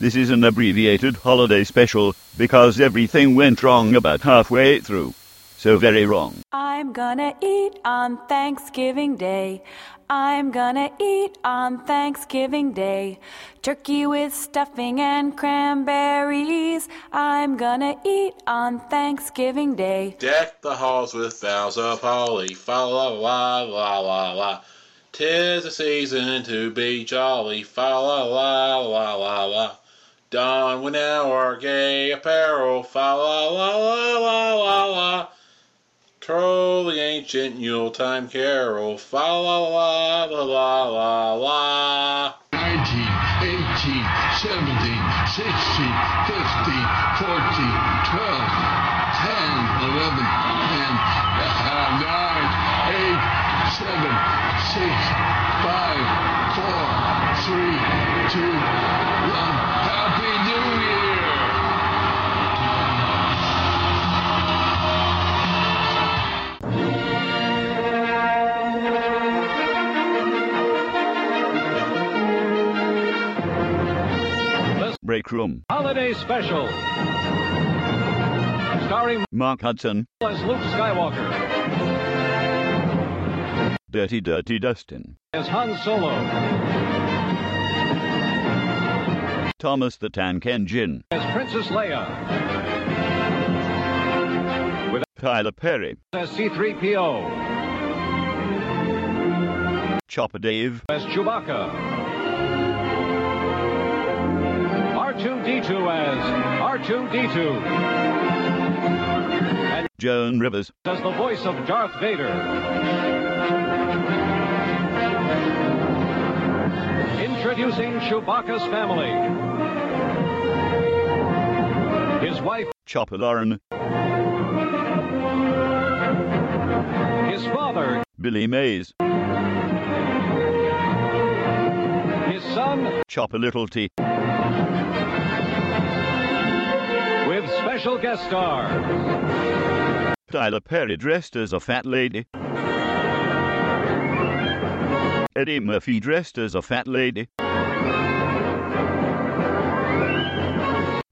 This is an abbreviated holiday special because everything went wrong about halfway through. So very wrong. I'm gonna eat on Thanksgiving Day. I'm gonna eat on Thanksgiving Day. Turkey with stuffing and cranberries. I'm gonna eat on Thanksgiving Day. Deck the halls with boughs of holly. Fa la la la la la. Tis the season to be jolly. Fa la la la la la. Don we now our gay apparel. Fa la la la la la la. Troll the ancient Yule time carol. Fa la la la la la la. 19, 18, 17, 16, 15, 14, 12, 10, 11, 10, uh, 9, 8, 7, 6, 5, 4, 3, 2, 1. Happy New Year! Break room. Holiday Special. Starring Mark Hudson. as Luke Skywalker, Dirty, dirty Dustin. as Han Solo, Thomas the Tank Engine. as Princess Leia, Tyler Perry. as C3PO, Chopper Dave. as Chewbacca. R2D2 as R2D2, Joan Rivers. as the voice of Darth Vader. Introducing Chewbacca's family. His wife, Chopper Lauren. his father, Billy Mays. his son, Chopper Littlety. with special guest star Tyler Perry dressed as a fat lady. Eddie Murphy dressed as a fat lady.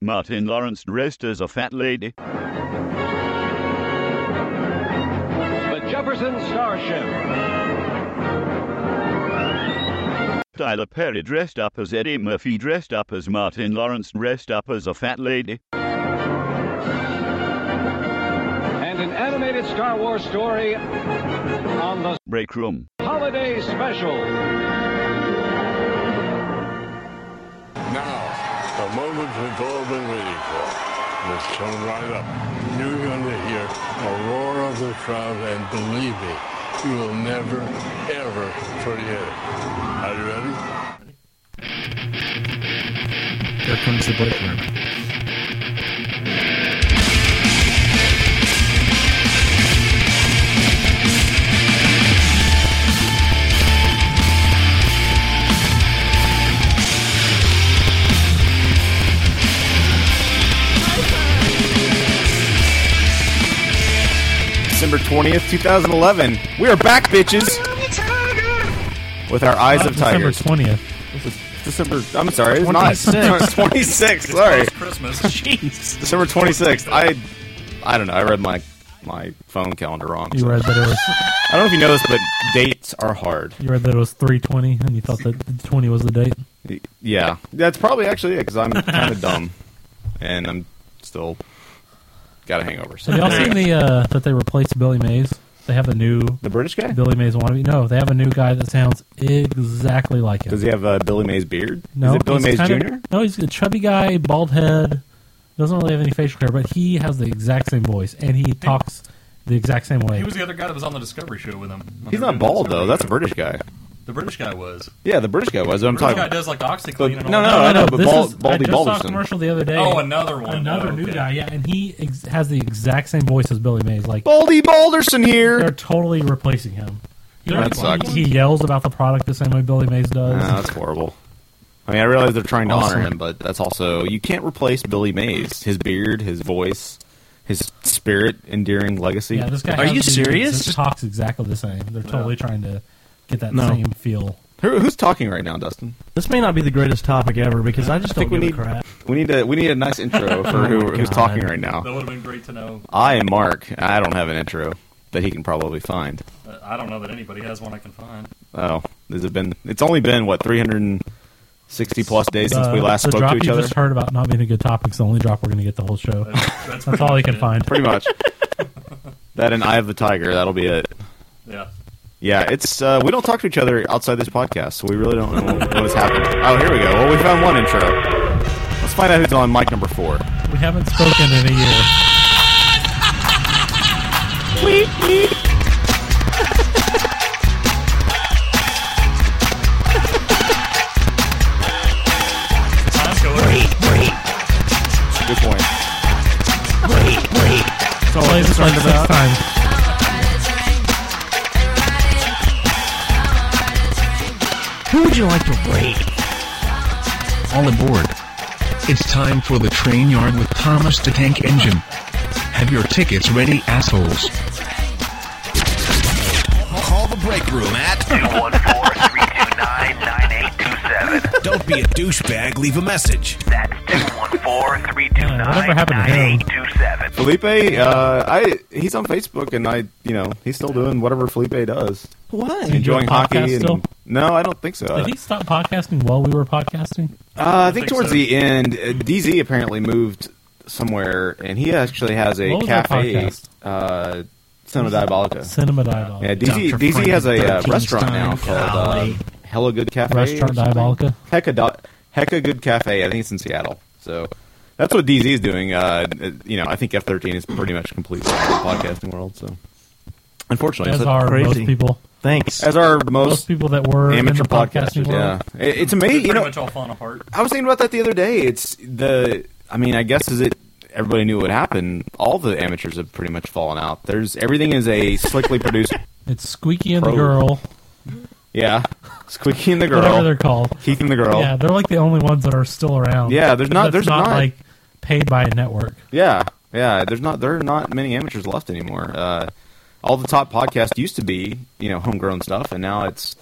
Martin Lawrence dressed as a fat lady. the Jefferson Starship Tyler Perry dressed up as Eddie Murphy dressed up as Martin Lawrence dressed up as a fat lady. and an animated Star Wars story on the Break room. holiday special. Now, the moment we've all been waiting for. Let's come right up. You're going to hear a roar of the crowd, and believe me, you will never, ever forget it. Are you ready? Here comes the break room. December 20th, 2011. We are back, bitches! With our eyes of December tigers. twentieth. December, I'm sorry, it's not. 26th. 26, sorry. Christmas. Jeez. December 26th. I I don't know. I read my my phone calendar wrong. You read that it was I don't know if you know this, but dates are hard. you read that it was three twenty, and you thought that the twenty was the date. Y- Yeah. That's probably actually it because I'm kind of dumb. And I'm still got a hangover. So Have y'all seen the uh, that they replaced Billy Mays? They have a new the British guy? Billy Mays wannabe. No, they have a new guy that sounds exactly like him. Does he have uh, Billy Mays beard? no, Is it Billy he's Mays kind Jr.? Of, no, he's a chubby guy, bald head. Doesn't really have any facial hair, but he has the exact same voice, and he talks the exact same way. He was the other guy that was on the Discovery Show with him. He's not bald though. That's a British guy. the British guy was. Yeah, the British guy was. I'm The British guy talking. does like the No, OxyClean and all no, that. no, I know, but this Bal- is- I Baldy just saw a Balderson. commercial the other day. Oh, another one. another Oh, new okay. guy, yeah, and he ex- has the exact same voice as Billy Mays. Like Baldy Balderson here. they're totally replacing him. He, That sucks. he yells about the product the same way Billy Mays does. No, Ah, that's horrible. I mean, I realize they're trying to Awesome. honor him, but that's also you can't replace Billy Mays. His beard, his voice, his spirit, endearing legacy. yeah, this guy. Are has you the dude that serious? Talks exactly the same. They're totally trying to get that No. same feel. Who, who's talking right now, Dustin? This may not be the greatest topic ever because I just think don't give we a need- crap. We need a we need a nice intro Oh for who, my who's God. talking right now. That would have been great to know. I am Mark. I don't have an intro that he can probably find. Uh, I don't know that anybody has one I can find. Oh, has it been? It's only been what 360 plus days since we Uh, The- last the spoke drop to each you other. just heard about not being a good topic's the only drop we're going to get the whole show. That's, that's That's all he can find. Pretty much. that and Eye of the Tiger. That'll be it. Yeah. Yeah, it's uh, we don't talk to each other outside this podcast, so we really don't know what is happening. Oh, here we go. Well, we found one intro. Let's find out who's on mic number four. We haven't spoken in a year. Time's going. Good point. So play this like six times. Who would you like to rate? All aboard. It's time for the train yard with Thomas the Tank Engine. Have your tickets ready, assholes. Call the break room at 214-329-9827. Don't be a douchebag, leave a message. That's 214-329-9827. Whatever happened to him? Felipe, uh, I he's on Facebook, and I, you know, he's still doing whatever Felipe does, Why? Did you enjoying do a hockey. podcast and- still? no, I don't think so. Did he stop podcasting while we were podcasting? Uh, I think think towards so. the end, uh, DZ apparently moved somewhere, and he actually has a What was that cafe, podcast? uh, Cinema Diabolica. Cinema Diabolica. Yeah, DZ, Dr. DZ has a uh, Frankenstein restaurant now called uh, Alley. Hella Good Cafe. Restaurant Diabolica. Hecka, Do- Hecka Good Cafe. I think it's in Seattle. So that's what DZ is doing. Uh, you know, I think F13 is pretty much complete in the podcasting world. So unfortunately, As so- are crazy. most people. Thanks. as are Most most people that were in amateur the podcasting podcasters. Yeah, world. It- They've it's amazing. pretty You know, much all fallen apart. I was thinking about that the other day. It's the. I mean, I guess is it. Everybody knew what happened. All the amateurs have pretty much fallen out. There's everything is a slickly produced. It's Squeaky and the Pro. Girl, Yeah, Squeaky and the whatever they're girl, called. Keith and the girl. Yeah, Yeah, they're like the only ones that are still around. Yeah, there's not- That's there's not, not- like paid by a network. yeah. There's not there are not many amateurs left anymore. Uh, all the top podcasts used to be you know homegrown stuff, and now it's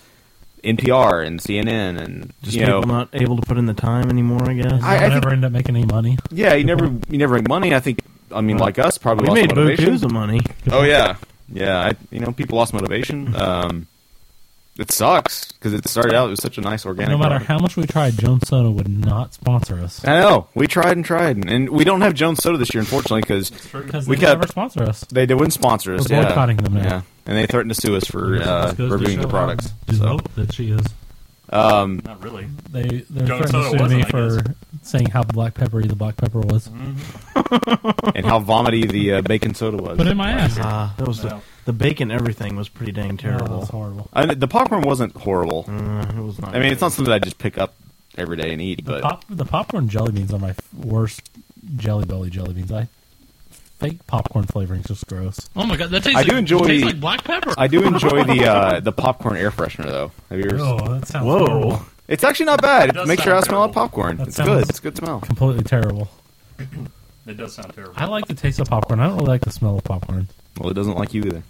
NPR and CNN and Just you know people not able to put in the time anymore, I guess. I- I, I never think- end up making any money. yeah you never you never make money. I think I mean like us probably we lost made motivation. bukus of money. Oh yeah, yeah. I, you know, people lost motivation. Um, it sucks because it started out it was such a nice organic. No matter product. how much we tried, Jones Soda would not sponsor us I know we tried and tried, and, and we don't have Jones Soda this year, unfortunately, because because they We kept- never sponsor us. they, they wouldn't sponsor us. We're yeah. boycotting them now. Yeah, and they threatened to sue us for This uh, goes to show reviewing how the products. So devout that she is. Not really. They they're Jones threatening Soda to sue me wasn't, I Mm-hmm. for saying how black peppery the black pepper was. and how vomity the uh, bacon soda was. Put it in my ass. Ah, that was the, Well. the bacon. Everything was pretty dang Oh, terrible. that's horrible. I- the popcorn wasn't horrible. Uh, it was not. I mean, it's not something I just pick up every day and eat, but Pop, the popcorn jelly beans are my f- worst jelly belly jelly beans. I fake popcorn flavoring's just gross. Oh my god, that tastes. I like, do enjoy- Tastes like black pepper. I do enjoy the uh, the popcorn air freshener though. Have you ever? Oh, that sounds Whoa. horrible. It's actually not bad. It does makes sound your house smell like terrible. popcorn. That it's sounds- good. It's a good smell. Completely terrible. It does sound terrible. I like the taste of popcorn. I don't really like the smell of popcorn. Well, it doesn't like you either.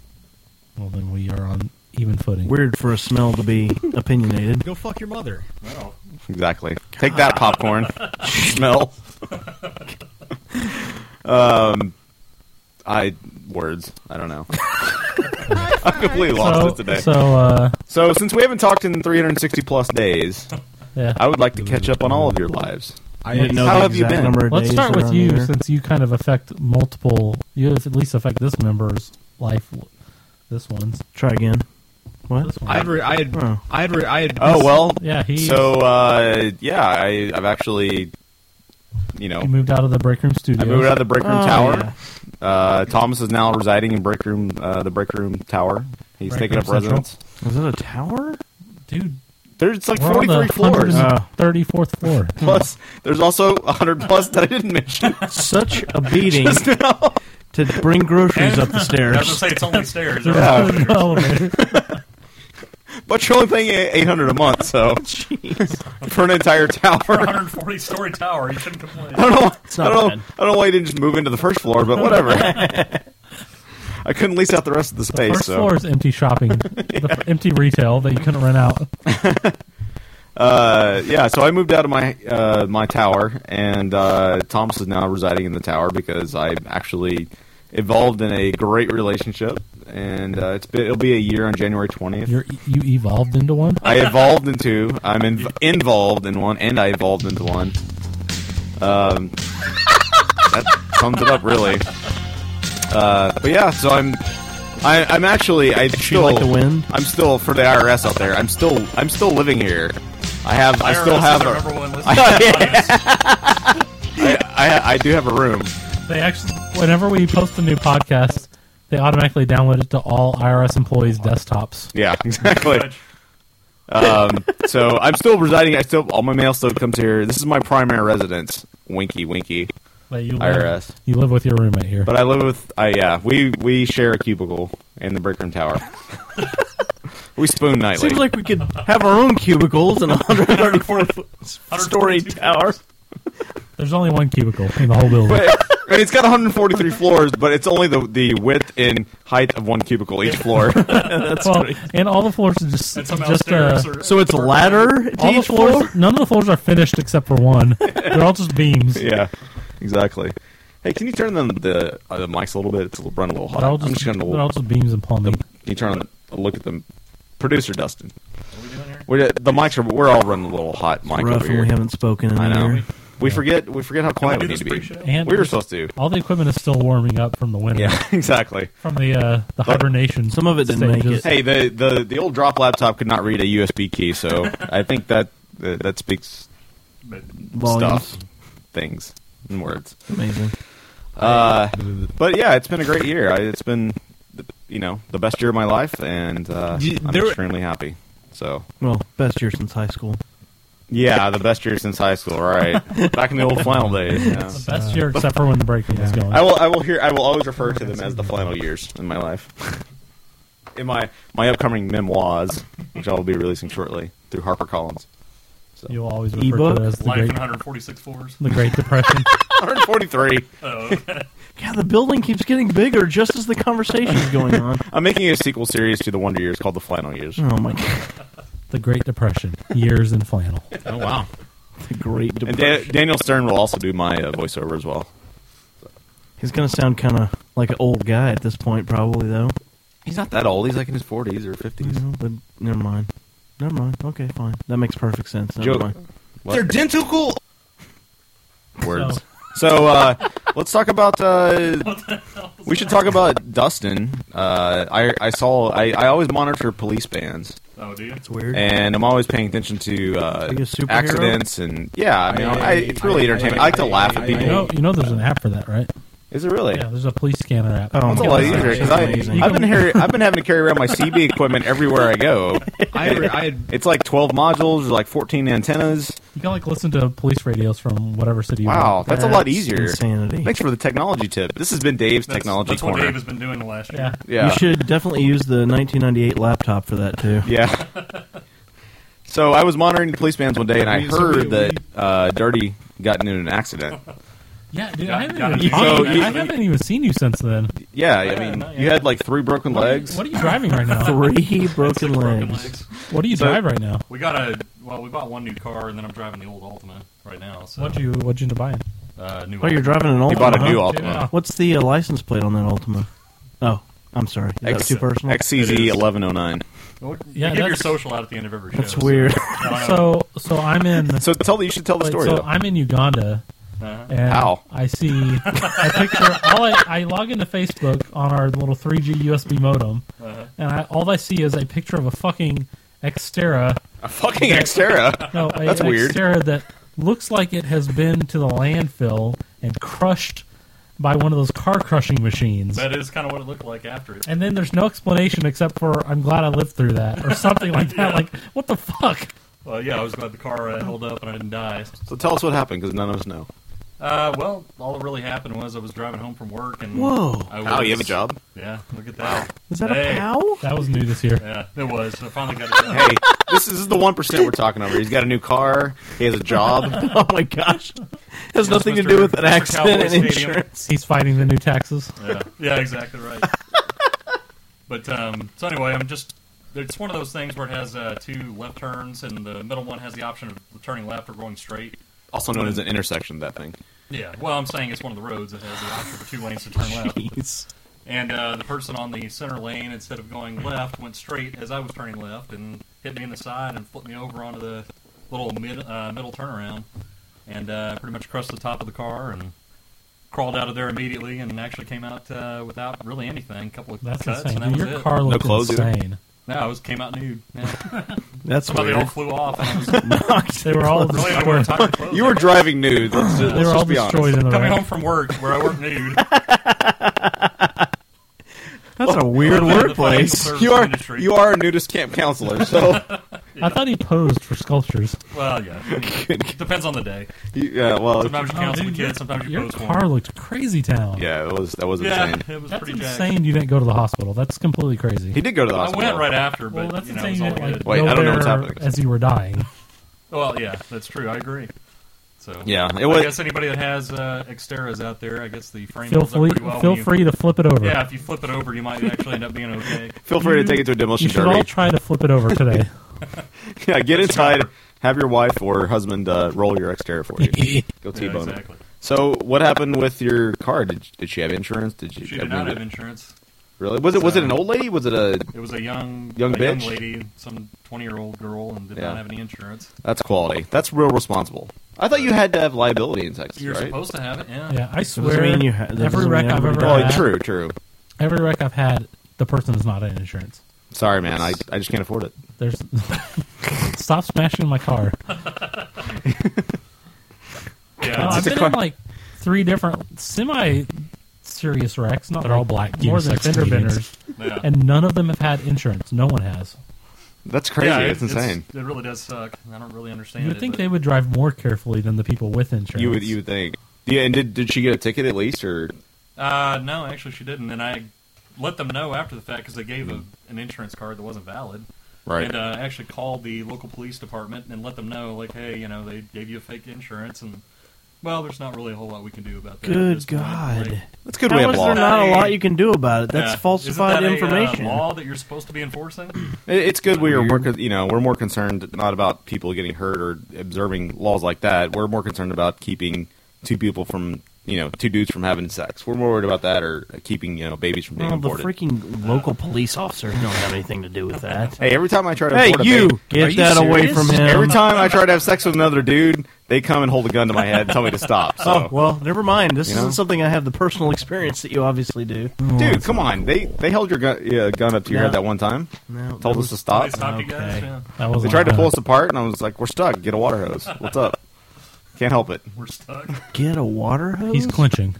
Well, then we are on even footing. Weird for a smell to be opinionated. Go fuck your mother. Well, Exactly. Take that popcorn. Smell. um, I words. I don't know. I'm completely lost so, it today. so So, uh, since we haven't talked in 360 plus days, yeah. I would like to catch up on all of your lives. I didn't know How the have you exact been? number of Let's days start that with are you, on the air. since you kind of affect multiple. You at least affect this member's life. This one's. Try again. What? This one. I had, re- I had, Oh. I had, re- I had. Oh well. Yeah, he- So uh, yeah, I, I've actually, you know, you moved out of the break room studio. I moved out of the break room Oh, tower. Uh, Thomas is now residing in break room, uh, the break room tower. He's Break taking room up residence. Is that a tower? dude. There's like We're 43 on the floors. 134th floor. plus, there's also 100 plus that I didn't mention. Such a beating to bring groceries up the I was gonna stairs. say it's only stairs. Uh, Elevator. But you're only paying eight- 800 a month, so for an entire tower. 140 story tower. You shouldn't complain. I don't know. I not don't know. bad. I don't know why you didn't just move into the first floor, but whatever. I couldn't lease out the rest of the space, First so floor is empty shopping, the f- empty retail that you couldn't rent out. uh, yeah, so I moved out of my uh, my tower, and uh, Thomas is now residing in the tower because I actually evolved in a great relationship, and uh, it's been, it'll be a year on January twentieth. You're, you evolved into one. I evolved into. I'm in, involved in one, and I evolved into one. Um, that sums it up, really. Uh, but yeah, so I'm. I, I'm actually. I still like the wind? I'm still for the IRS out there. I'm still. I'm still living here. I have. I still IRS have. is our a- number one listener. I, I, I do have a room. They actually, whenever we post a new podcast, they automatically download it to all IRS employees' desktops. Yeah, exactly. um, so I'm still residing. I still all my mail still comes here. This is my primary residence. Winky, winky. But you live, IRS. You live with your roommate here. But I live with. I yeah. We we share a cubicle in the brick room tower. we spoon nightly. Seems like we could have our own cubicles in a 134 foot story tower. There's only one cubicle in the whole building. But- I mean, it's got 143 floors, but it's only the the width and height of one cubicle each floor. well, and all the floors are just just uh, so it's a ladder to all the each floors. floor? None of the floors are finished except for one. They're all just beams. yeah, exactly. Hey, can you turn on the uh, the mics a little bit? It's a little, running a little hot. They're all I'm just, just gonna they're all just beams and plumbing. Can you turn on the look at the producer Dustin? We're, the mics are we're all running a little hot. Mike, rough over when here. we haven't spoken in I a know. year. We forget we forget how quiet we, need to be. And we were supposed to. All the equipment is still warming up from the winter. Yeah, exactly. From the uh, the hibernation. Some of it Hey, the, the the old drop laptop could not read a USB key, so I think that uh, that speaks Volumes. stuff, things, and words. Amazing. Uh, but yeah, it's been a great year. I, it's been you know the best year of my life, and uh, You- I'm there- extremely happy. So Well, best year since high school. yeah, the best year since high school. Right, back in the old flannel days. yeah. The best year except for when the break room was going. I will. I will hear. I will always refer to them as the flannel years in my life. in my my upcoming memoirs, which I will be releasing shortly through HarperCollins. You'll always refer E-book? to it as the Life in great, 146 floors. the Great Depression. 143. God, the building keeps getting bigger just as the conversation is going on. I'm making a sequel series to the Wonder Years called the Flannel Years. Oh my god, the Great Depression. Years in flannel. Oh wow! the Great And Depression. da- Daniel Stern will also do my uh, voiceover as well. He's going to sound kind of like an old guy at this point, probably though. He's not that old. He's like in his 40s or 50s. No, but never mind. Never mind. Okay, fine. That makes perfect sense. Never Joe- mind. What? They're dentical. words. So uh, let's talk about. Uh, we should talk about Dustin. Uh, I I saw. I, I always monitor police bands, Oh, do you? That's weird. and I'm always paying attention to uh, Like a superhero? accidents and yeah. I mean, I, it's really entertaining. I like to laugh at You know, people. you know, there's an app for that, right? Is it really? Yeah, there's a police scanner app. Oh, That's a my lot God. easier because Amazing. I've been here. I've been having to carry around my CB equipment everywhere I go. I had, I had It's like 12 modules, like 14 antennas. You can like listen to police radios from whatever city. you Wow, want. that's a lot easier. Insanity. Thanks for the technology tip. This has been Dave's That's, technology that's what corner. Dave has been doing the last year. yeah. You should definitely use the 1998 laptop for that too. Yeah. So I was monitoring the police bands one day, and I heard that uh, Dirty got into an accident. Yeah, dude, Yeah, I, haven't yeah. even, You- talked- so you- I haven't even seen you since then. Yeah, I mean, you had like three broken legs. What are you driving right now? Three broken Broken legs. legs. What do you So- drive right now? We got a well. We bought one new car, and then I'm driving the old Altima right now. So What you what you into buying? uh, new? Oh, you're driving an Ultima. He bought a new huh? Altima. What's the uh, license plate on that Ultima? Oh, I'm sorry. Is that X- too personal? XCZ 1109. Well, Yeah, you give your that's- social out at the end of every show. That's weird. So so I'm in. So tell the, you should tell the story, so though. I'm in Uganda. Uh-huh. And How? I see a picture. all I, I log into Facebook on our little 3G USB modem, Uh-huh. and I, all I see is a picture of a fucking Xterra. A fucking Xterra. No, Oh, a, That's an weird. Xterra that looks like it has been to the landfill and crushed by one of those car crushing machines. That is kind of what it looked like after it. And then there's no explanation except for I'm glad I lived through that or something like that. Like what the fuck? Well, yeah, I was glad the car uh, held up and I didn't die. So tell us what happened, because none of us know. Uh, well, all that really happened was I was driving home from work and Whoa. I Wow, you have a was- job? Yeah, look at that. Is that Hey. a POW? That was new this year. Yeah, it was. I finally got it. Done. Hey, this is the 1% we're talking over. He's got a new car. He has a job. Oh my gosh. Has nothing to Mr. do with an Mr. accident Cowboy and Stadium. insurance. He's fighting the new taxes. Yeah, yeah, exactly right. but um, so anyway, I'm just It's one of those things where it has uh, two left turns, and the middle one has the option of turning left or going straight. Also known as an intersection, that thing. Yeah, well, I'm saying it's one of the roads that has the option for two lanes to turn left. And uh, the person on the center lane, instead of going left, went straight as I was turning left and hit me in the side and flipped me over onto the little mid, uh, middle turnaround. And uh, pretty much crushed the top of the car and crawled out of there immediately and actually came out uh, without really anything. A couple of That's cuts, insane. and that Your was it. car No looked clothes either? insane. No, I was came out nude. Yeah. That's Somebody weird. all flew off. Knocked They were all Really, I wore destroyed. tight clothes. You were driving nude. Let's just, Yeah. let's just be honest. Coming home from work where I work nude. That's a weird workplace. You are you are a nudist camp counselor, so I thought he posed for sculptures. Well, yeah. Depends on the day. yeah. Well, sometimes you No, counsel the Oh, dude, kids, sometimes you Your post car looked crazy town. yeah, it was that was Yeah, insane. it was That's pretty jacked. insane. You didn't go to the hospital. That's completely crazy. He did go to the I hospital. went right after, but Well, that's you know, insane. it was You all didn't, like, good. Wait, go I don't know what's there happening. As you were dying. Well, yeah, that's true. I agree. So Yeah, it was- I guess anybody that has uh, Xteras out there, I guess the frame Feel holds up free- pretty well feel when you- free to flip it over. Yeah, if you flip it over, you might actually end up being okay. Feel free to take it to a demolition You should derby. all try to flip it over today. yeah, get inside. Have your wife or husband uh, roll your exterior for you. Go T-bone. it. exactly. So, what happened with your car? Did did she have insurance? Did you? She did not have Uh, insurance. Really? Was it was it So- an old lady? Was it a? It was a young young a bitch. young lady, some twenty year old girl, and did Yeah. not have any insurance. That's quality. That's real responsible. I thought you had to have liability in Texas, You're right? supposed to have it. Yeah. Yeah, I swear. every wreck I've ever Oh, had. true, true. Every wreck I've had, the person is not in insurance. Sorry, man. I, I just can't afford it. There's stop smashing my car. Yeah. No, It's I've a been car- in like three different semi serious wrecks. Not They're all black more than unisex fender comedians. benders, Yeah. and none of them have had insurance. No one has. That's crazy. Yeah, it's, insane. It really does suck. I don't really understand You would it. think but- they would drive more carefully than the people with insurance. You would you would think. Yeah, and did did she get a ticket at least or? Uh, no, actually, she didn't, and I let them know after the fact because they gave a, an insurance card that wasn't valid. Right. And uh, I actually called the local police department and let them know, like, hey, you know, they gave you a fake insurance, and well, there's not really a whole lot we can do about that. at this Good point. God. Like, That's good How we have is there law. not a lot you can do about it? That's falsified Isn't that information. A, uh, law that you're supposed to be enforcing. It, it's good we are more con- you know we're more concerned not about people getting hurt or observing laws like that. We're more concerned about keeping two people from you know two dudes from having sex. We're more worried about that or keeping you know babies from being Well, the aborted. freaking local police officers don't have anything to do with that. Hey, every time I try to Hey, abort a you! baby- Get Are you that away serious? from him. Every time I try to have sex with another dude, they come and hold a gun to my head and tell me to stop. So. Oh well, never mind. This You isn't know? something I have the personal experience that you obviously do. Dude, come on! They they held your gun, yeah, gun up to Oh. your No. head that one time. No, told that us was- to stop. They stopped you guys, Okay. yeah. That They wasn't tried to my uh, pull gun. us apart, and I was like, "We're stuck. Get a water hose. What's up? Can't help it. We're stuck." Get a water hose. He's clinching.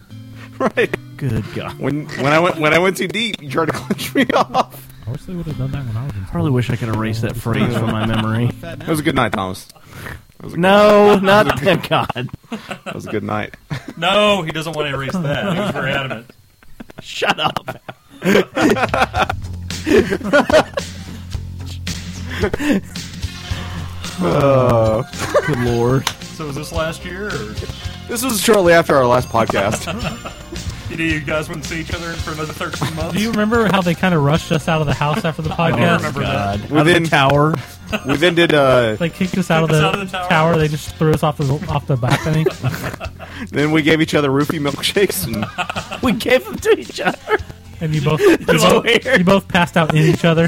Right. Good God. When when I went when I went too deep, you tried to clench me off. I wish they would have done that when I was in Probably wish I could erase that phrase from my memory. It was a good night, Thomas. It was a good No, night. not It was a good- God. It was a good night. No, he doesn't want to erase that. He was very adamant. Shut up. Oh. Good lord. So was this last year? Or? This was shortly after our last podcast. you, know, you guys wouldn't see each other for another 13 months. Do you remember how they kind of rushed us out of the house after the podcast? remember that. Out of the tower. We then did uh, They kicked us out of the, Kicked us out of the tower. tower. They just threw us off the off the balcony. then we gave each other roofie milkshakes and we gave them to each other. And you both you both, you both passed out in each other.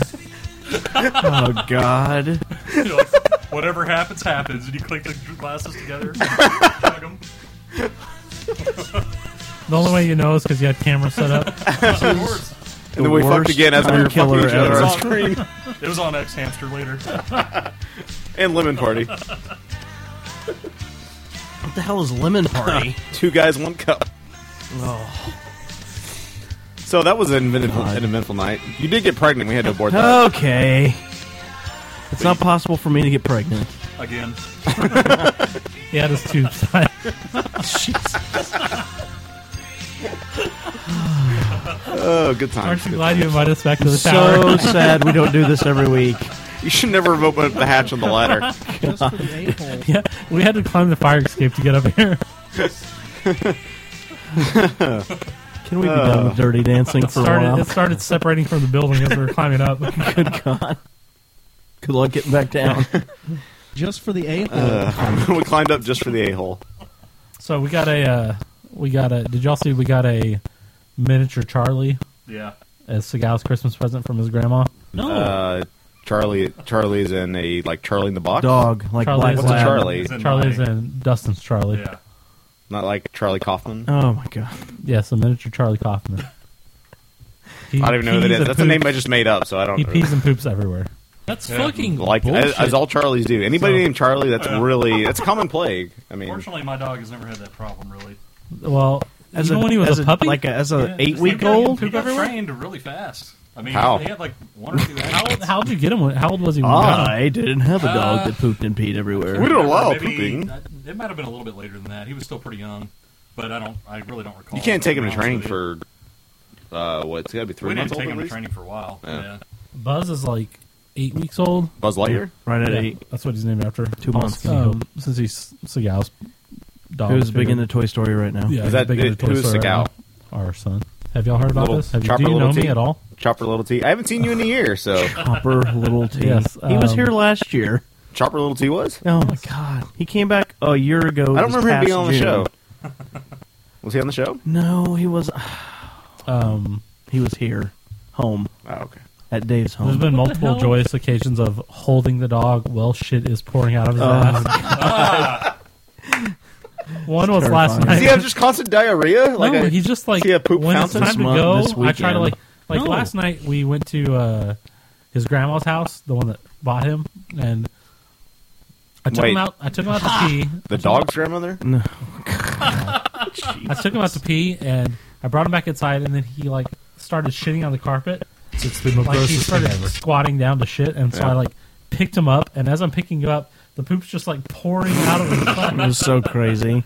Oh God. You're like, Whatever happens, happens. And you click the glasses together. chug 'em. The only way you know is because you had cameras set up. Of course. And then we fucked again as we were fucking each other on It was screen. on, it was on X Hamster later. And Lemon Party. What the hell is lemon party? Two guys, one cup. oh. So that was an eventful, an eventful night. You did get pregnant. We had to abort that. Okay. It's not possible for me to get pregnant. Again. He had his tubes tied. Oh, good times. Aren't you good glad you times. invited us back to the So tower? sad we don't do this every week. You should never have opened up the hatch on the ladder. yeah, we had to climb the fire escape to get up here. Can we be done with dirty dancing It for a started, while? it started separating from the building as we were climbing up. Good God. Good luck getting back down. Just for the a Uh, we climbed up just for the a hole. So we got a, uh, we got a. Did y'all see we got a miniature Charlie? Yeah. As Segal's Christmas present from his grandma. Uh, Charlie, Charlie's in a like Charlie in the box. Dog, like Charlie's What's a in- Charlie? Charlie's in Dustin's Charlie. Yeah. Not like Charlie Kaufman. Oh my god. Yes, a miniature Charlie Kaufman. He I don't even know who that pees is. and That's a name poops- I just made up, so I don't. He know. pees and poops everywhere. That's Yeah. fucking like as, bullshit. as all Charlies do. Anybody So- named Charlie, that's Yeah. really that's a common plague. I mean, Fortunately, my dog has never had that problem, really. Well, as even a, when he was as a puppy? like a, as a Yeah, eight just week like how you old. He got everywhere? trained really fast. I mean, How? he had like one or two How old, how'd you get him? when- How old was he? When you got him? I didn't have a dog that pooped and peed everywhere. Maybe- It might have been a little bit later than that. He was still pretty young, but I don't. I really don't recall. you can't take him to honestly. training for uh, what? It's got to be three We didn't months take old. him at to least? training for a while. Yeah. yeah. Buzz is like eight weeks old. Buzz Lightyear? Right at Yeah, eight. That's what he's named after. Two months. Um, since he's Segal's dog. Who's big figure. into Toy Story right now? Yeah, Is he's that- big into it- Toy who's Story Segal? right now. Our son. Have y'all heard about Little this? Have you, Chopper do you Little know T. me at all? Chopper Little T. I haven't seen you in a year, so Chopper Little T. Yes, he was um, here last year. Chopper Little T was. Oh my god, he came back a year ago. I don't this remember him past being on the June. show. Was he on the show? No, he was. Um, he was here, home. Oh, okay. At Dave's home. There's been multiple joyous occasions of holding the dog while shit is pouring out of his Oh, ass. One was last Does night. he have just constant diarrhea? Like no, a, he's just like does he have poop when it's fountain? time to go. I try to like like No. last night we went to uh, his grandma's house, the one that bought him, and I took Wait. him out. I took him out to pee. The dog's grandmother? No. I took him out to pee, and I brought him back inside, and then he like started shitting on the carpet. It's the most like he grossest thing started ever. squatting down to shit, and so Yeah. I like picked him up, and as I'm picking him up, the poop's just like pouring out of his butt. It was so crazy.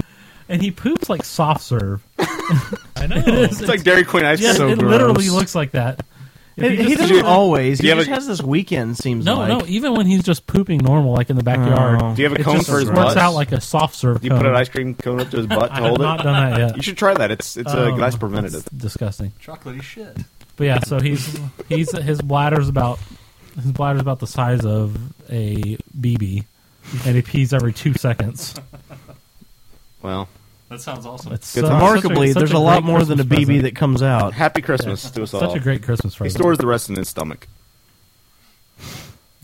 and he poops like soft serve. I know. It's like Dairy Queen ice It, cream. it So literally gross. looks like that. If He- you he just- doesn't always. do He you have just a- has this weekend. Seems No, like. Oh. no. Even when he's just pooping normal, like in the backyard, Do you have a it cone just for his works butts? out like a soft serve. You cone. put an ice cream cone up to his butt to I have hold it. not done that yet. You should try that. It's it's a Um, nice preventative. it's Disgusting. Chocolatey shit. But yeah, so he's he's his bladder's about his bladder's about the size of a BB, and he pees every two seconds. Well, That sounds awesome. It's Good so- times. Remarkably, such a- there's such a a lot great more than a Christmas BB present. that comes out. Happy Christmas to us Such all. a great Christmas He present. stores the rest in his stomach.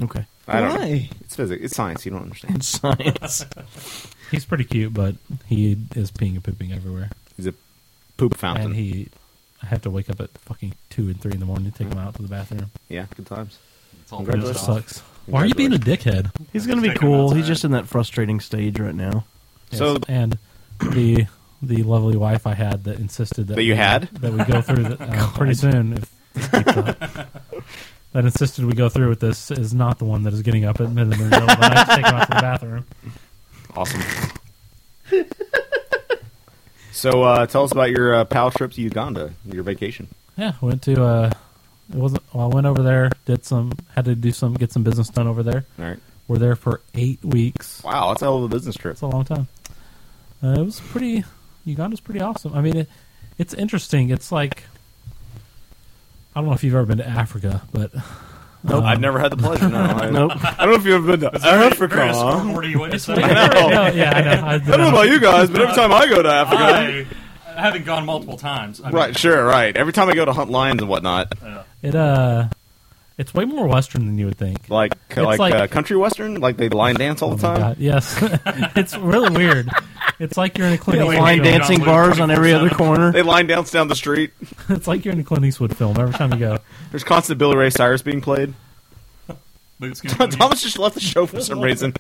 Okay. I don't. Why? It's physics. It's science. You don't understand. science. He's pretty cute, but he is peeing and pooping everywhere. He's a poop fountain. And he, I have to wake up at fucking two and three in the morning to take him out to the bathroom. yeah, good times. all It Congratulations. sucks. Why are you being a dickhead? He's gonna be Take him cool. He's outside. just in that frustrating stage right now. So- and the the lovely wife I had that insisted that That you we- had? that we go through the, uh, pretty soon. If this keeps up. that insisted we go through with this is not the one that is getting up at midnight in the middle of the night to take him out to the bathroom. Awesome. so uh, tell us about your uh, pal trip to Uganda. Your vacation. Yeah, went to uh, it wasn't. Well, I went over there, did some, had to do some, get some business done over there. All right. We're there for eight weeks. Wow, that's a hell of a business trip. It's a long time. Uh, it was pretty. Uganda's pretty awesome. I mean, it, it's interesting. It's like I don't know if you've ever been to Africa, but um, I've never had the pleasure. No, I, Nope. I don't know if you've ever been to Very Africa. scornworthy way to say I it. know. No, Oh, yeah, I know. I, Oh. I don't know about you guys, but every time I go to Africa, I, having gone multiple times. I mean, Right, sure, right. Every time I go to hunt lions and whatnot, It uh, it's way more Western than you would think. like like, like- uh, country western, like they line dance all the Oh my time. God, Yes, it's really weird. It's like you're in a Clint Yeah, Eastwood wait, Line film. wait, dancing John Luke bars on every other 24/7. corner. They line dance down the street. It's like you're in a Clint Eastwood film every time you go. There's constant Billy Ray Cyrus being played. Boots can put you- Thomas just left the show for some reason.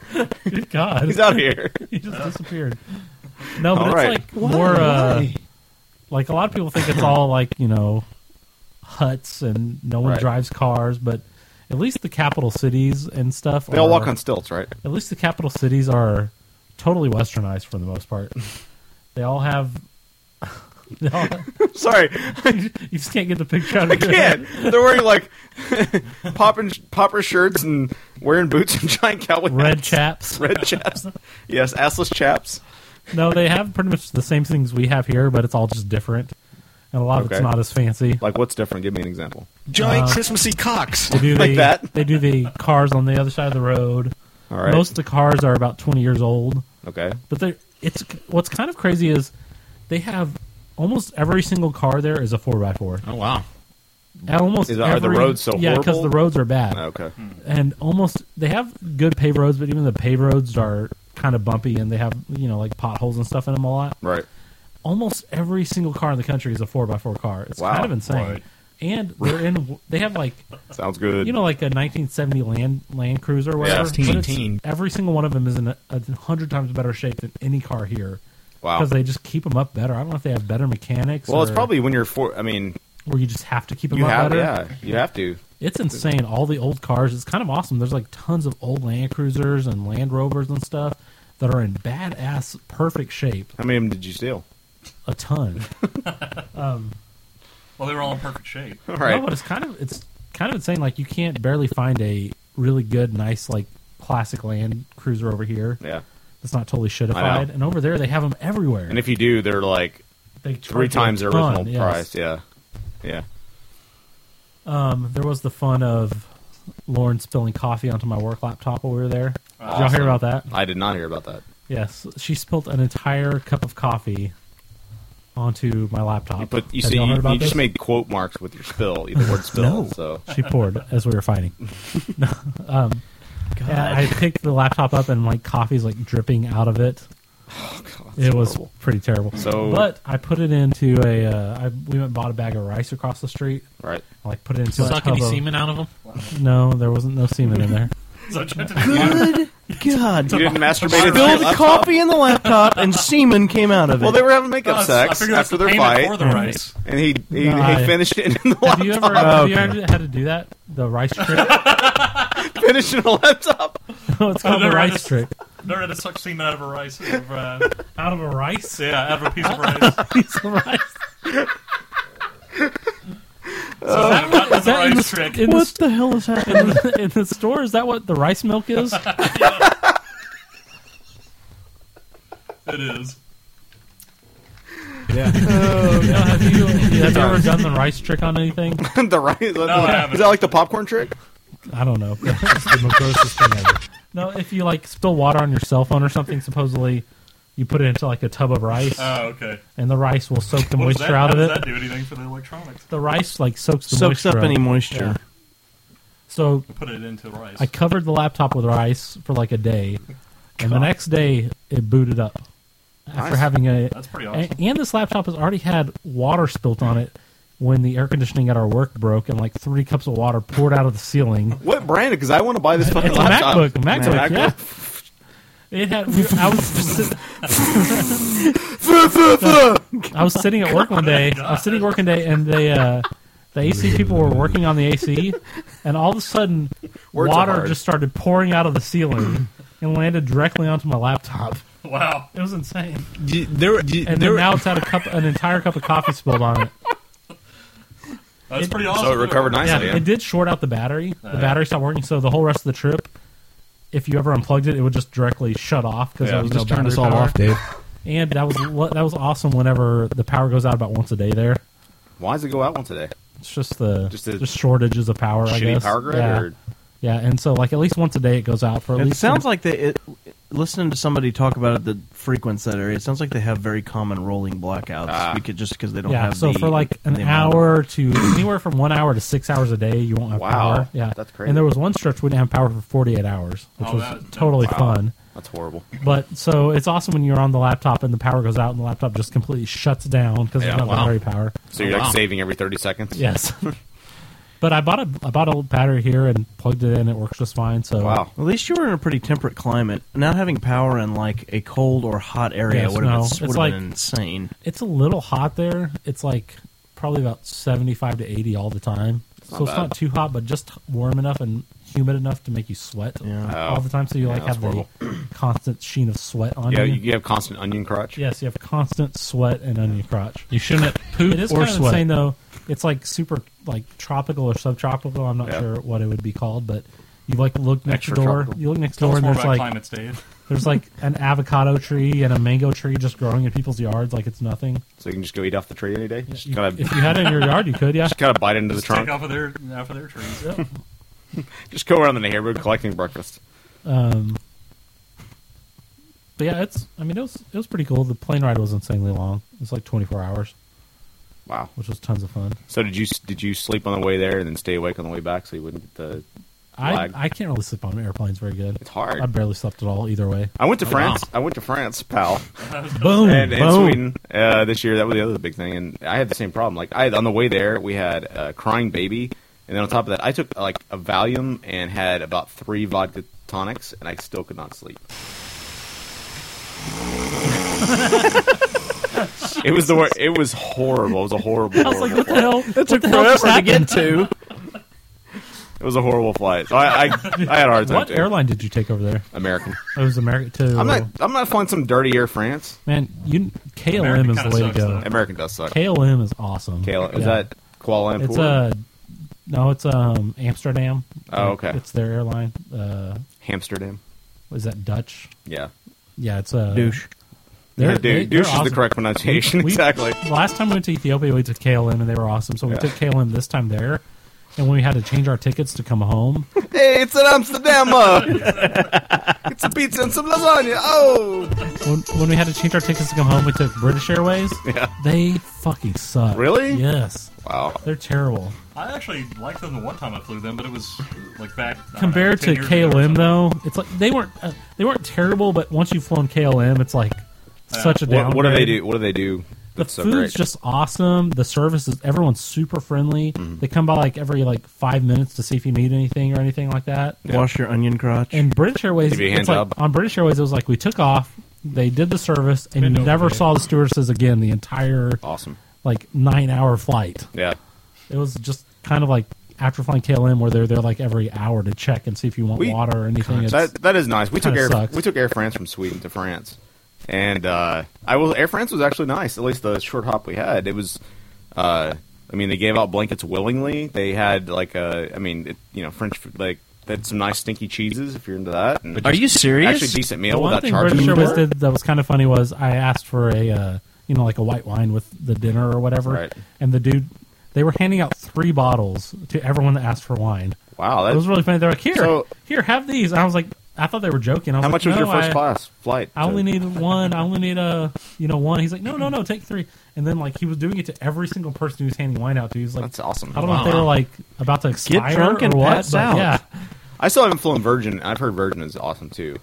Good God, He's out here. he just disappeared. No, but All it's right. like more. Uh, like a lot of people think it's all like you know huts and no one Right. drives cars, but at least the capital cities and stuff. They all are- walk on stilts, right? At least the capital cities are totally westernized for the most part. they all have. they all- Sorry, you just can't get the picture out of I your head. can't. They're wearing like popping popper shirts and wearing boots and giant cowboy Red hats. chaps. red chaps. Yes, assless chaps. No, they have pretty much the same things we have here, but it's all just different. and a lot of it's Okay. not as fancy. Like what's different? Give me an example. Uh, Giant Christmassy cocks. They do the, Like that? They do the cars on the other side of the road. All right. Most of the cars are about twenty years old. Okay. But they it's what's kind of crazy is they have almost every single car there is a four x four. Oh wow. And almost Is- are the every- roads so yeah because horrible? the roads are bad. Okay. And almost they have good paved roads, but even the paved roads are kind of bumpy and they have you know like potholes and stuff in them a lot. Right. Almost every single car in the country is a four x four car. It's Wow. kind of insane. Right. And they're in. They have like Sounds good. you know, like a 1970 Land Land Cruiser or whatever. Yeah. But it's- 18. Every single one of them is in a, a hundred times better shape than any car here. Wow. Because they just keep them up better. I don't know if they have better mechanics. well, it's or- probably when you're four. I mean, where you just have to keep them you up have better. yeah, you have to. It's insane. All the old cars. It's kind of awesome. There's like tons of old Land Cruisers and Land Rovers and stuff that are in badass, perfect shape. How many of them did you steal? A ton. um, Well, they were all in perfect shape. No, but it's kind of it's kind of insane. Like you can't barely find a really good, nice like classic Land Cruiser over here. Yeah. that's not totally I shittified. know. And over there, they have them everywhere. And if you do, they're like They charge you a three times their ton, original yes. price. Yeah. Yeah. Um, there was the fun of Lauren spilling coffee onto my work laptop while we were there. Did y'all Awesome. hear about that? I did not hear about that. Yes, she spilled an entire cup of coffee onto my laptop. You put you Have see y'all you, heard about you just this? made quote marks with your spill, the word spill. No. So Oh, she poured as we were fighting. No, um, and I picked the laptop up and like coffee's like dripping out of it. it was pretty terrible. So- but I put it into a. Uh, I, we went and bought a bag of rice across the street. Right. I, like put it into a Suck tub any of, semen out of 'em? No, there wasn't no semen in there. Good God! You didn't masturbate into your Spilled laptop? coffee in the laptop, and semen came out of it. Well, they were having makeup sex after their fight, and he he, No, I- he finished it in the laptop. Have you ever uh, have you ever had to do that? The rice trick. Finishing a laptop. no, it's I've called never the had rice to- trick. Never had to suck semen out of a rice. Out of, uh, out of a rice? Yeah, out of a piece of rice. piece of rice. So that was the rice in trick. in What the hell is happening? In the, in the store, is that what the rice milk is? It is. Yeah. You know, have you, have you ever done the rice trick on anything? the rice. I is haven't. that like the popcorn trick? I don't know. It's the grossest thing ever. No, if you like spill water on your cell phone or something, supposedly you put it into like a tub of rice. Oh, okay. And the rice will soak the What does that, moisture out how does of it. that do anything for the electronics? The rice like soaks the Soaks moisture up any Yeah. moisture. So Put it into rice. I covered the laptop with rice for like a day, and the next day it booted up after Nice. having a. That's pretty awesome. And, and this laptop has already had water spilt on it when the air conditioning at our work broke, and like three cups of water poured out of the ceiling. What brand? Because I want to buy this fucking It's a laptop. MacBook, a MacBook, yeah. It had. we- I was just sit- I was sitting at work one day. I was sitting at work one day, and they uh, the AC people were working on the AC, and all of a sudden, Words are water hard. just started pouring out of the ceiling and landed directly onto my laptop. Wow. It was insane. D- There, d- And there, then now it's had a cup, an entire cup of coffee spilled on it. That's It- pretty awesome. So it recovered nicely. Yeah, Yeah, Oh, it did short out the battery. The battery stopped working, so the whole rest of the trip, if you ever unplugged it, it would just directly shut off because Yeah, there was Just no turned battery us all power. off, Dave. And that was lo- that was awesome. Whenever the power goes out about once a day, there Why does it go out one today? it's just the Just just, the shortages of power. I Shitty guess power grid. Yeah. Or, yeah, and so like at least once a day it goes out for at It least. sounds like they. It, listening to somebody talk about it that frequents that area, it sounds like they have very common rolling blackouts. Ah. we could just because they don't yeah. have. So the- for like an the amount of- hour to anywhere from one hour to six hours a day, you won't have Wow, power. Yeah, that's crazy. And there was one stretch we didn't have power for forty eight hours, which Oh, was that- totally wow, fun. That's horrible. But so it's awesome when you're on the laptop and the power goes out and the laptop just completely shuts down because Yeah, there's no wow. battery power. So you're like Wow. saving every thirty seconds. Yes. but I bought a I bought a old battery here and plugged it in. It works just fine. So Wow. At least you were in a pretty temperate climate. Not having power in like a cold or hot area Yes, would have no. been, It's would have like- been insane. it's a little hot there. It's like probably about seventy five to eighty all the time. not so it's bad. not too hot, but just warm enough and humid enough to make you sweat Yeah. all the time. So you Yeah, like that's have the constant sheen of sweat on Yeah, you. you, you have constant onion crotch. Yes, you have constant sweat and onion crotch. you shouldn't poop It is or kind of sweat. insane though. It's like super like tropical or subtropical. I'm not Yeah. sure what it would be called, but you like look next door. Extratropical. You look next Tell us door and more there's about like climates, Dave. There's like an avocado tree and a mango tree just growing in people's yards like it's nothing. So you can just go eat off the tree any day. Just You- kinda, if you had it in your yard, you could, yeah. Just kind of bite into the Just trunk. take off of their off of their trees. Just go around the neighborhood collecting breakfast. Um, but yeah, it's. I mean, it was it was pretty cool. The plane ride was insanely long. It was like 24 hours. Wow, which was tons of fun. So did you did you sleep on the way there and then stay awake on the way back so you wouldn't get the I, lag? I can't really sleep on airplanes very good. It's hard. I barely slept at all either way. I went to France. I went to France, pal. Boom, And, and boom. Sweden uh, this year. That was the other big thing. And I had the same problem. Like I had on the way there, we had a crying baby, and then on top of that, I took like a Valium and had about three vodka tonics, and I still could not sleep. It was the wor- It was horrible. It was a horrible. I was like, horrible what the flight. hell? What the hell just happened? It was a horrible flight. So I, I, I had a hard time. What too. airline Oh. did you take over there? American. It was American too. I'm not. I'm not flying some dirty Air France. Man, you KLM is the way to go. American does suck. KLM is awesome. KLM is Yeah. that Kuala Lumpur? It's uh, no, it's um Amsterdam. Oh, okay. It's their airline. Uh, Amsterdam. what is that Dutch? Yeah. Yeah, it's a uh, Douche. they're- Yeah, dou- they- douche they're is the awesome. correct pronunciation, We- we- exactly. Last time we went to Ethiopia, we took KLM and they were awesome. So we Yeah. took KLM this time there, and when we had to change our tickets to come home, Hey, it's an Amsterdam. it's a pizza and some lasagna. Oh. when, when we had to change our tickets to come home, we took British Airways. Yeah. They fucking suck. Really? Yes. Wow. They're terrible. I actually liked them the one time I flew them, but it was like back I don't know, Compared 10 to years ago. KLM, though, it's like they weren't uh, they weren't terrible, but once you've flown KLM, it's like such a downgrade. What, what do they do? What do they do? The That's so food's great. just awesome. The service is everyone's super friendly. Mm-hmm. They come by like every like five minutes to see if you need anything or anything like that. Wash your onion crotch. And British Airways, Give you a hand it's like- job. on British Airways, it was like we took off, they did the service, and you never saw the stewardesses again the entire awesome like nine hour flight. Yeah. It was just kind of like after flying KLM, where they're there like every hour to check and see if you want We- water or anything. That, that is nice. We took kinda Air sucks. we took Air France from Sweden to France, and uh, I will Air France was actually nice. At least the short hop we had, it was. Uh, I mean, they gave out blankets willingly. They had like a, I mean, it, you know, French food, like they had some nice stinky cheeses if you're into that. And Are you serious? Actually, decent meal The one without thing charging. British you Airways for it. did that was kind of funny was I asked for a uh, you know like a white wine with the dinner or whatever, Right. and the dude they were handing out three bottles to everyone that asked for wine. Wow, that- it was really funny. They're like, here, So- here, have these. And I was like, I thought they were joking. I was How like, much was your "No, first I- class flight? I only need one. I only need a, you know, one. He's like, no, no, no, take three. And then like he was doing it to every single person he was handing wine out to. He was like, that's awesome. I don't know if they Wow. were like about to expire or what. but Yeah, I still haven't flown Virgin. I've heard Virgin is awesome too.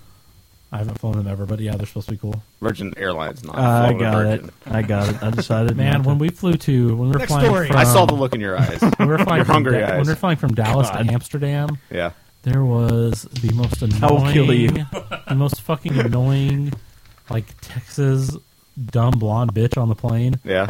I haven't flown them ever, but yeah, they're supposed to be cool. Virgin Airlines, not. Uh, I flown with got Virgin. it. I got it. I decided. Man, not when we flew to when we were Next flying, story. From, I saw the look in your eyes. When we were flying Your from hungry Da- eyes. When we were flying from Dallas God. to Amsterdam, Yeah. there was the most annoying. I will kill you. the most fucking annoying, like Texas dumb blonde bitch on the plane. Yeah.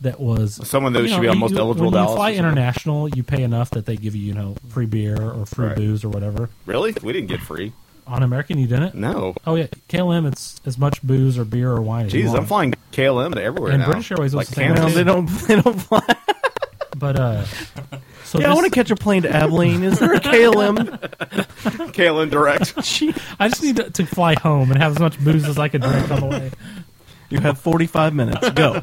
That was Someone that you should know, be on most you- eligible When Dallas you or fly something. international, you pay enough that they give you, you know, free beer or free Right. booze or whatever. Really? We didn't get free. On American, you didn't. No. Oh yeah, KLM. It's as much booze or beer or wine. as you Jeez, I'm want. flying KLM to everywhere And now. British Airways was like the same Kansas. way. They don't. They don't fly. But uh, so yeah, I this- want to catch a plane to Abilene. Is there a KLM? KLM direct. I just need to, to fly home and have as much booze as I could drink on the way. You have 45 minutes. Go.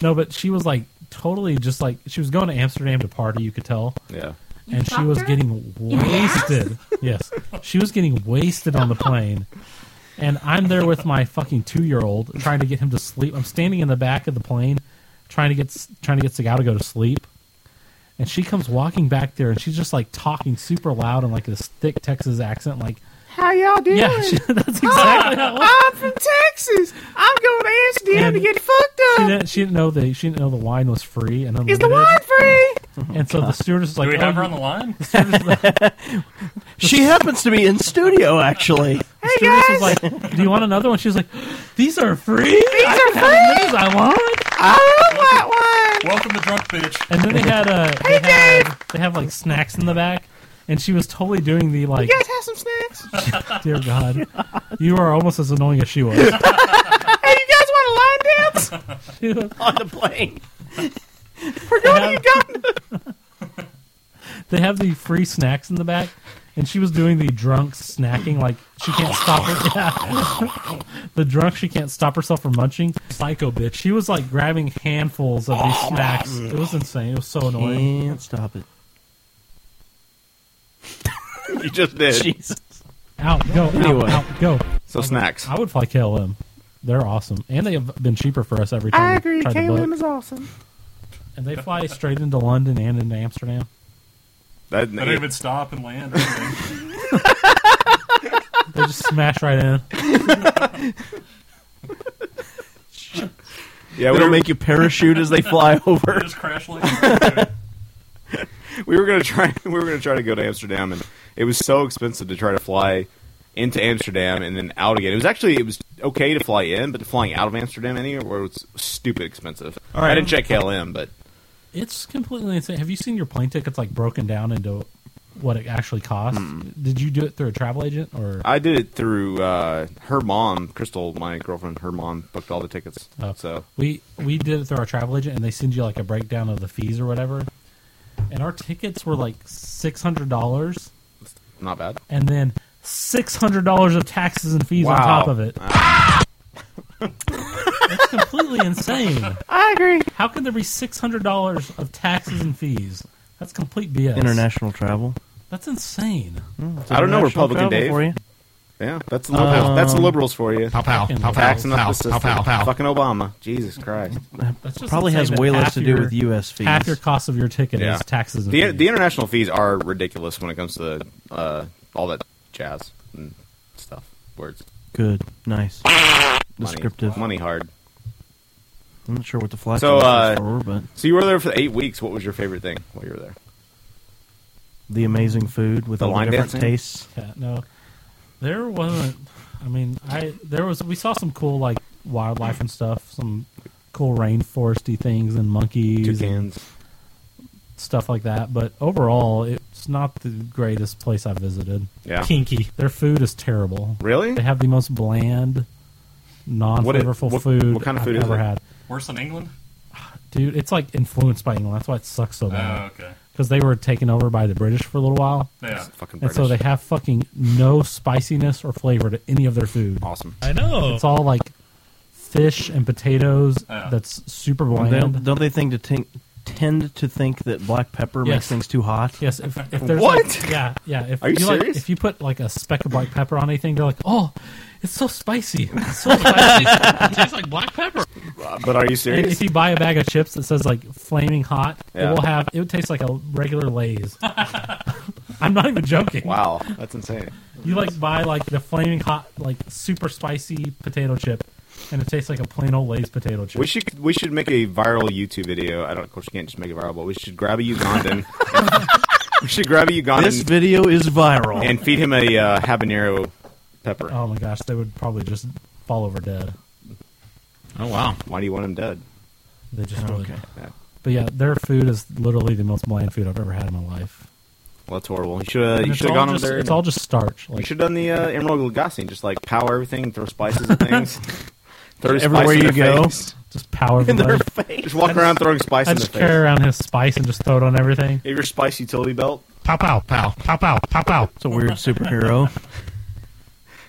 no, but she was like totally just like she was going to Amsterdam to party. You could tell. Yeah. You and she was fucked her? getting You ass? wasted. yes, she was getting wasted on the plane. And I'm there with my fucking two year old trying to get him to sleep. I'm standing in the back of the plane, trying to get s- trying to get Sagao to go to sleep. And she comes walking back there, and she's just like talking super loud and like this thick Texas accent, like How y'all doing? Yeah, she- that's exactly how it I'm from Texas. I'm going to Amsterdam to And get fucked she up. didn't, she didn't know the she didn't know the wine was free and Is unlimited. the wine free? and so the stewardess is Do like, we "Oh, have her you- on the line? she happens to be in studio, actually. the stewardess was like, "Do you want another one?" She was like, "These are free. These I are can have These I want." I want white wine. Welcome to drunk bitch. And then they had uh, they had, they have like snacks in the back, and she was totally doing the like, you guys have some snacks? "Dear God, you are almost as annoying as she was." hey, you guys want a line dance? On the plane. We're going to Uganda. they have the free snacks in the back, and she was doing the drunk snacking, like she can't stop her. the drunk, she can't stop herself from munching. Psycho bitch. She was like grabbing handfuls of these snacks. It was insane. It was so annoying. Can't stop it. you just did. Jesus. Out, go, out, Anyway. out, go. So snacks. I would fly KLM. They're awesome, and they have been cheaper for us every time. I we've agree. tried to book. KLM is awesome. and they fly straight into London and into Amsterdam. That, I don't even stop and land. Or anything. They just smash right in. They Yeah, we don't were- make you parachute as they fly over. Just crash landing. we were gonna try. We were gonna try to go to Amsterdam, and it was so expensive to try to fly into Amsterdam and then out again. It was actually it was okay to fly in, but flying out of Amsterdam anywhere was stupid expensive. All right. I didn't check KLM, but It's completely insane. Have you seen your plane tickets like broken down into what it actually costs? Did you do it through a travel agent or? I did it through uh, her mom, Crystal, my girlfriend. Her mom booked all the tickets, Oh. so We we did it through our travel agent, and they send you like a breakdown of the fees or whatever. And our tickets were like six hundred dollars, not bad. and then six hundred dollars of taxes and fees on Wow. top of it. That's completely insane. I agree. How can there be six hundred dollars of taxes and fees? That's complete BS. International travel. That's insane. I don't know international Republican travel Dave. for you. Yeah, that's the liberals. Um, that's the liberals for you. pow, pow, pow, pow, taxing up pow, the system. pow, pow, pow. Fucking Obama. Jesus Christ. That's just Probably has insane that way less half to do your- with US fees. Half your cost of your ticket Yeah. is taxes and The, fees. the international fees are ridiculous when it comes to uh, all that jazz and stuff. Words. Good. Nice. Descriptive. Money, money hard. I'm not sure what the flight so, was uh, for, but so you were there for eight weeks. What was your favorite thing while you were there? the amazing food with The all the line different dancing? tastes. Yeah, no, there wasn't. I mean, I there was. We saw some cool like wildlife and stuff. Some cool rainforesty things and monkeys, Toucans. stuff like that. But overall, it's not the greatest place I've visited. Yeah. kinky. Their food is terrible. Really? They have the most bland, non-flavorful what- food. what kind of I've food is ever it? had. Worse than England? Dude, it's like influenced by England. That's why it sucks Uh, so bad. Oh, okay. Because they were taken over by the British for a little while. Yeah. Fucking And so they British. have fucking no spiciness or flavor to any of their food. Awesome. I know. It's all like fish and potatoes. Oh. Yeah. That's super Well, Don't, bland. don't they think to think, tend to think that black pepper Yes. makes things too hot? Yes. If, if there's What? like- yeah, yeah. If Are you like, serious? if you put like a speck of black pepper on anything, they're like, oh, it's so spicy. It's so spicy. it tastes like black pepper. But are you And serious? if you buy a bag of chips that says like flaming hot, Yeah. it will have it would taste like a regular Lay's. I'm not even joking. Wow, that's insane. You like buy like the flaming hot like super spicy potato chip, and it tastes like a plain old Lay's potato chip. We should we should make a viral YouTube video. I don't. Of course, you can't just make it viral, but we should grab a Ugandan. we should grab a Ugandan. This video is viral. and feed him a uh, habanero pepper. Oh my gosh, they would probably just fall over dead. Oh wow! Why do you want him dead? They just Oh, would. Yeah. But yeah, their food is literally the most bland food I've ever had in my life. Well, that's horrible. You should And you it's should have all gone just- over there. It's and- all just starch. you Like should have done the uh, Emerald Lagasse and just like power everything, throw spices and things. throw spice Everywhere in you their go. face. just power in their everybody. face. Just walk around throwing spice I in their just face. carry around his spice and just throw it on everything. You have your spice utility belt. Pop out, pow, pop out, pop out. It's a weird superhero.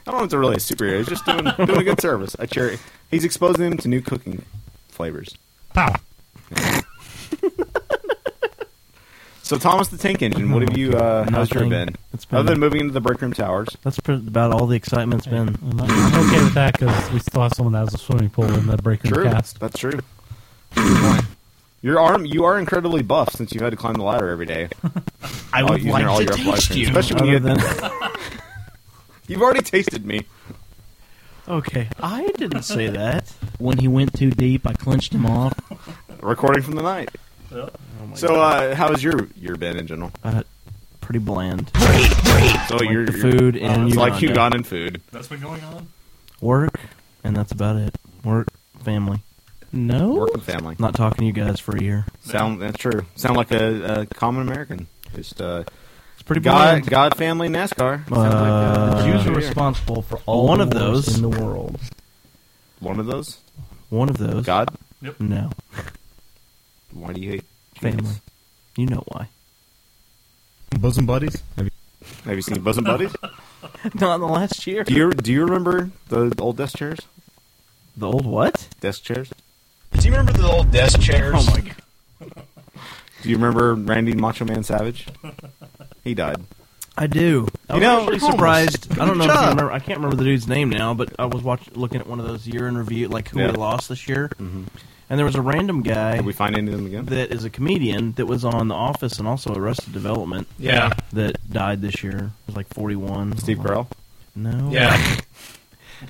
I don't know if it's really a superhero. He's just doing doing a good service. I cheer. He's exposing him to new cooking flavors. Pow. So Thomas the Tank Engine, what have you? Uh, how's your Nothing. been? It's been- Other than moving into the break room towers. That's pretty, about all the excitement's been. I'm, I'm okay with that because we still have someone that has a swimming pool in the break room True. cast. That's true. Good point. Your arm, you are incredibly buff since you've had to climb the ladder every day. Oh, I All would using like all to your taste flashing- you. Especially when you Other You've already tasted me. Okay, I didn't say that. When he went too deep, I clenched him off. Recording from the night. so, uh, how has your your been in general? Uh, pretty bland. So Like your the your- food and it's like Uganda. Ugandan food. That's been going on? Work, and that's about it. Work, family. No, work and family. Not talking to you guys for a year. Sound that's true. Sound like a, a common American. Just uh, it's pretty God, bland. God, family, NASCAR. Sounds Uh, like, Jews yeah. are responsible for all One the of wars those. in the world. One of those. One of those. God. Yep. No. Why do you hate Family. You know why. Bosom buddies? Have you- Have you seen Bosom Buddies? Not in the last year. Do you do you remember the old desk chairs? The old what? Desk chairs. Do you remember the old desk chairs? Oh my god. Do you remember Randy Macho Man Savage? He died. I do. I You was know, actually Homer, surprised. I don't know. If you good job. remember, I can't remember the dude's name now, but I was watching, looking at one of those year in review, like who Yeah. we lost this year, and there was a random guy. Did we find any of them again? That is a comedian that was on The Office and also Arrested Development. Yeah. that died this year. It was like forty-one. Steve Carell. Oh, No. Yeah.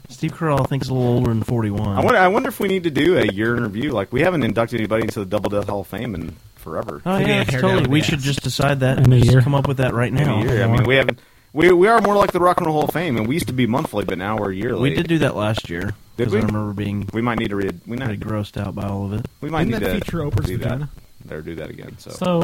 Steve Carell, I think, is a little older than forty-one. I wonder. I wonder if we need to do a year in review. Like we haven't inducted anybody into the Double Death Hall of Fame in forever. Oh yeah, that's totally. We should just decide that In and a just year. come up with that right now. In a year. I mean, we haven't. We, we are more like the Rock and Roll Hall of Fame, and we used to be monthly, but now we're yearly. We did do that last year. Did 'cause we? I remember being. We might need to read. We might pretty grossed out by all of it. We might Didn't need that to feature Oprah's do vagina? that or do that again. So, So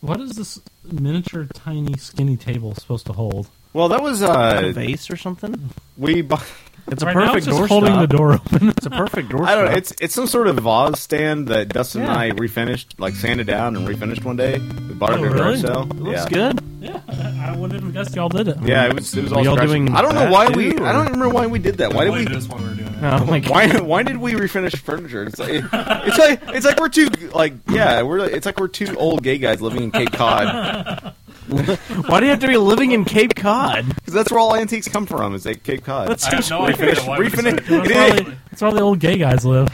What is this miniature, tiny, skinny table supposed to hold? well, that was uh, a vase or something. We bought. It's a Right now perfect it's just doorstop. holding the door open. it's a perfect door. I don't know. It's it's some sort of vase stand that Dustin Yeah. and I refinished, like sanded down and refinished one day. We bought Oh, it at a really? garage sale. It looks yeah. good. Yeah, I, I wanted to guess y'all did it. Yeah, it was it was Were all y'all scratchy. doing I don't know that why too, we. I or- don't remember why we did that. Why did We we? did this while we were doing Oh, my God. Why why did we refinish furniture? It's like it's like it's like we're two like yeah we're it's like we're two old gay guys living in Cape Cod. Why do you have to be living in Cape Cod? Because that's where all antiques come from. Is at Cape Cod. That's I have just no idea Refinish- why we decided refinish- to- it That's is- where all the- that's where all the old gay guys live.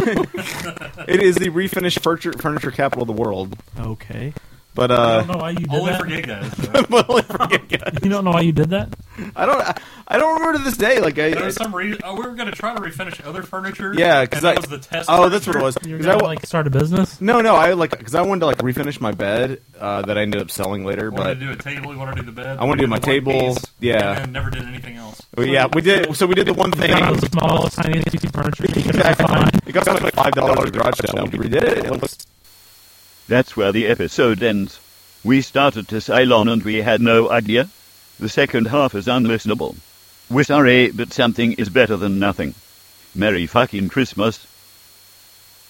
it is the refinished furniture furniture capital of the world. Okay. But uh, I don't know why you did Only that. for gay guys, but only for gay guys. You don't know why you did that? I don't. I, I don't remember to this day. Like I, There was some reason. Oh, we were going to try to refinish other furniture. yeah, and because that was the test. Oh, that's what it was. furniture. 'Cause I wa- start a business? No, no. I like because I wanted to like refinish my bed uh, that I ended up selling later. We wanted But to do a table. We wanted to do the bed. I wanted to we do my did the one table. piece, Yeah. And then never did anything else. Well, yeah, we did. So we did the one thing. Got the smallest, tiniest piece of furniture you could Exactly. find. It cost us like five dollars at the garage sale. We redid it. It looks That's where the episode ends. We started to Ceylon and we had no idea. The second half is unlistenable. We're sorry, but something is better than nothing. Merry fucking Christmas.